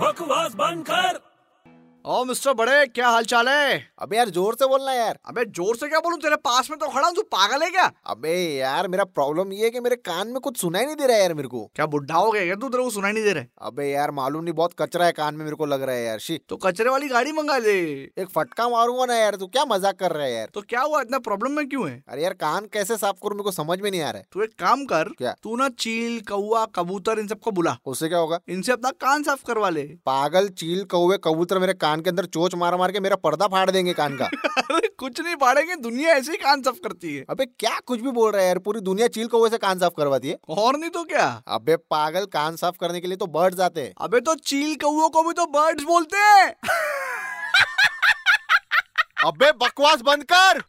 बकवास बंद कर ओ मिस्टर बड़े क्या हाल चाल है अबे यार जोर से बोलना यार अबे जोर से क्या बोलूं तेरे पास में तो खड़ा हूं तू पागल है क्या अबे यार मेरा प्रॉब्लम ये है कि मेरे कान में कुछ सुनाई नहीं दे रहा है यार मेरे को क्या बुढ़ा हो गया क्या तू तेरे को सुनाई नहीं दे रहा है अबे यार मालूम नहीं बहुत कचरा है कान में मेरे को लग रहा है यार शी तो कचरे वाली गाड़ी मंगा ले एक फटका मारूंगा ना यार तू क्या मजाक कर रहा है यार तो क्या हुआ इतना प्रॉब्लम में क्यों है अरे यार कान कैसे साफ करूं मेरे को समझ में नहीं आ रहा है तू एक काम कर क्या? तू ना चील कौआ कबूतर इन सबको बुला उससे क्या होगा इनसे अपना कान साफ करवा ले पागल चील कौवे कबूतर मेरे कान के अंदर चोच मार मार के मेरा पर्दा फाड़ देंगे कान का अरे कुछ नहीं पाड़ेंगे दुनिया ऐसे ही कान साफ करती है अबे क्या कुछ भी बोल रहा है यार पूरी दुनिया चील कौवे से कान साफ करवाती है और नहीं तो क्या अबे पागल कान साफ करने के लिए तो बर्ड्स आते हैं अबे तो चील कौओ को भी तो बर्ड्स बोलते हैं अबे बकवास बंद कर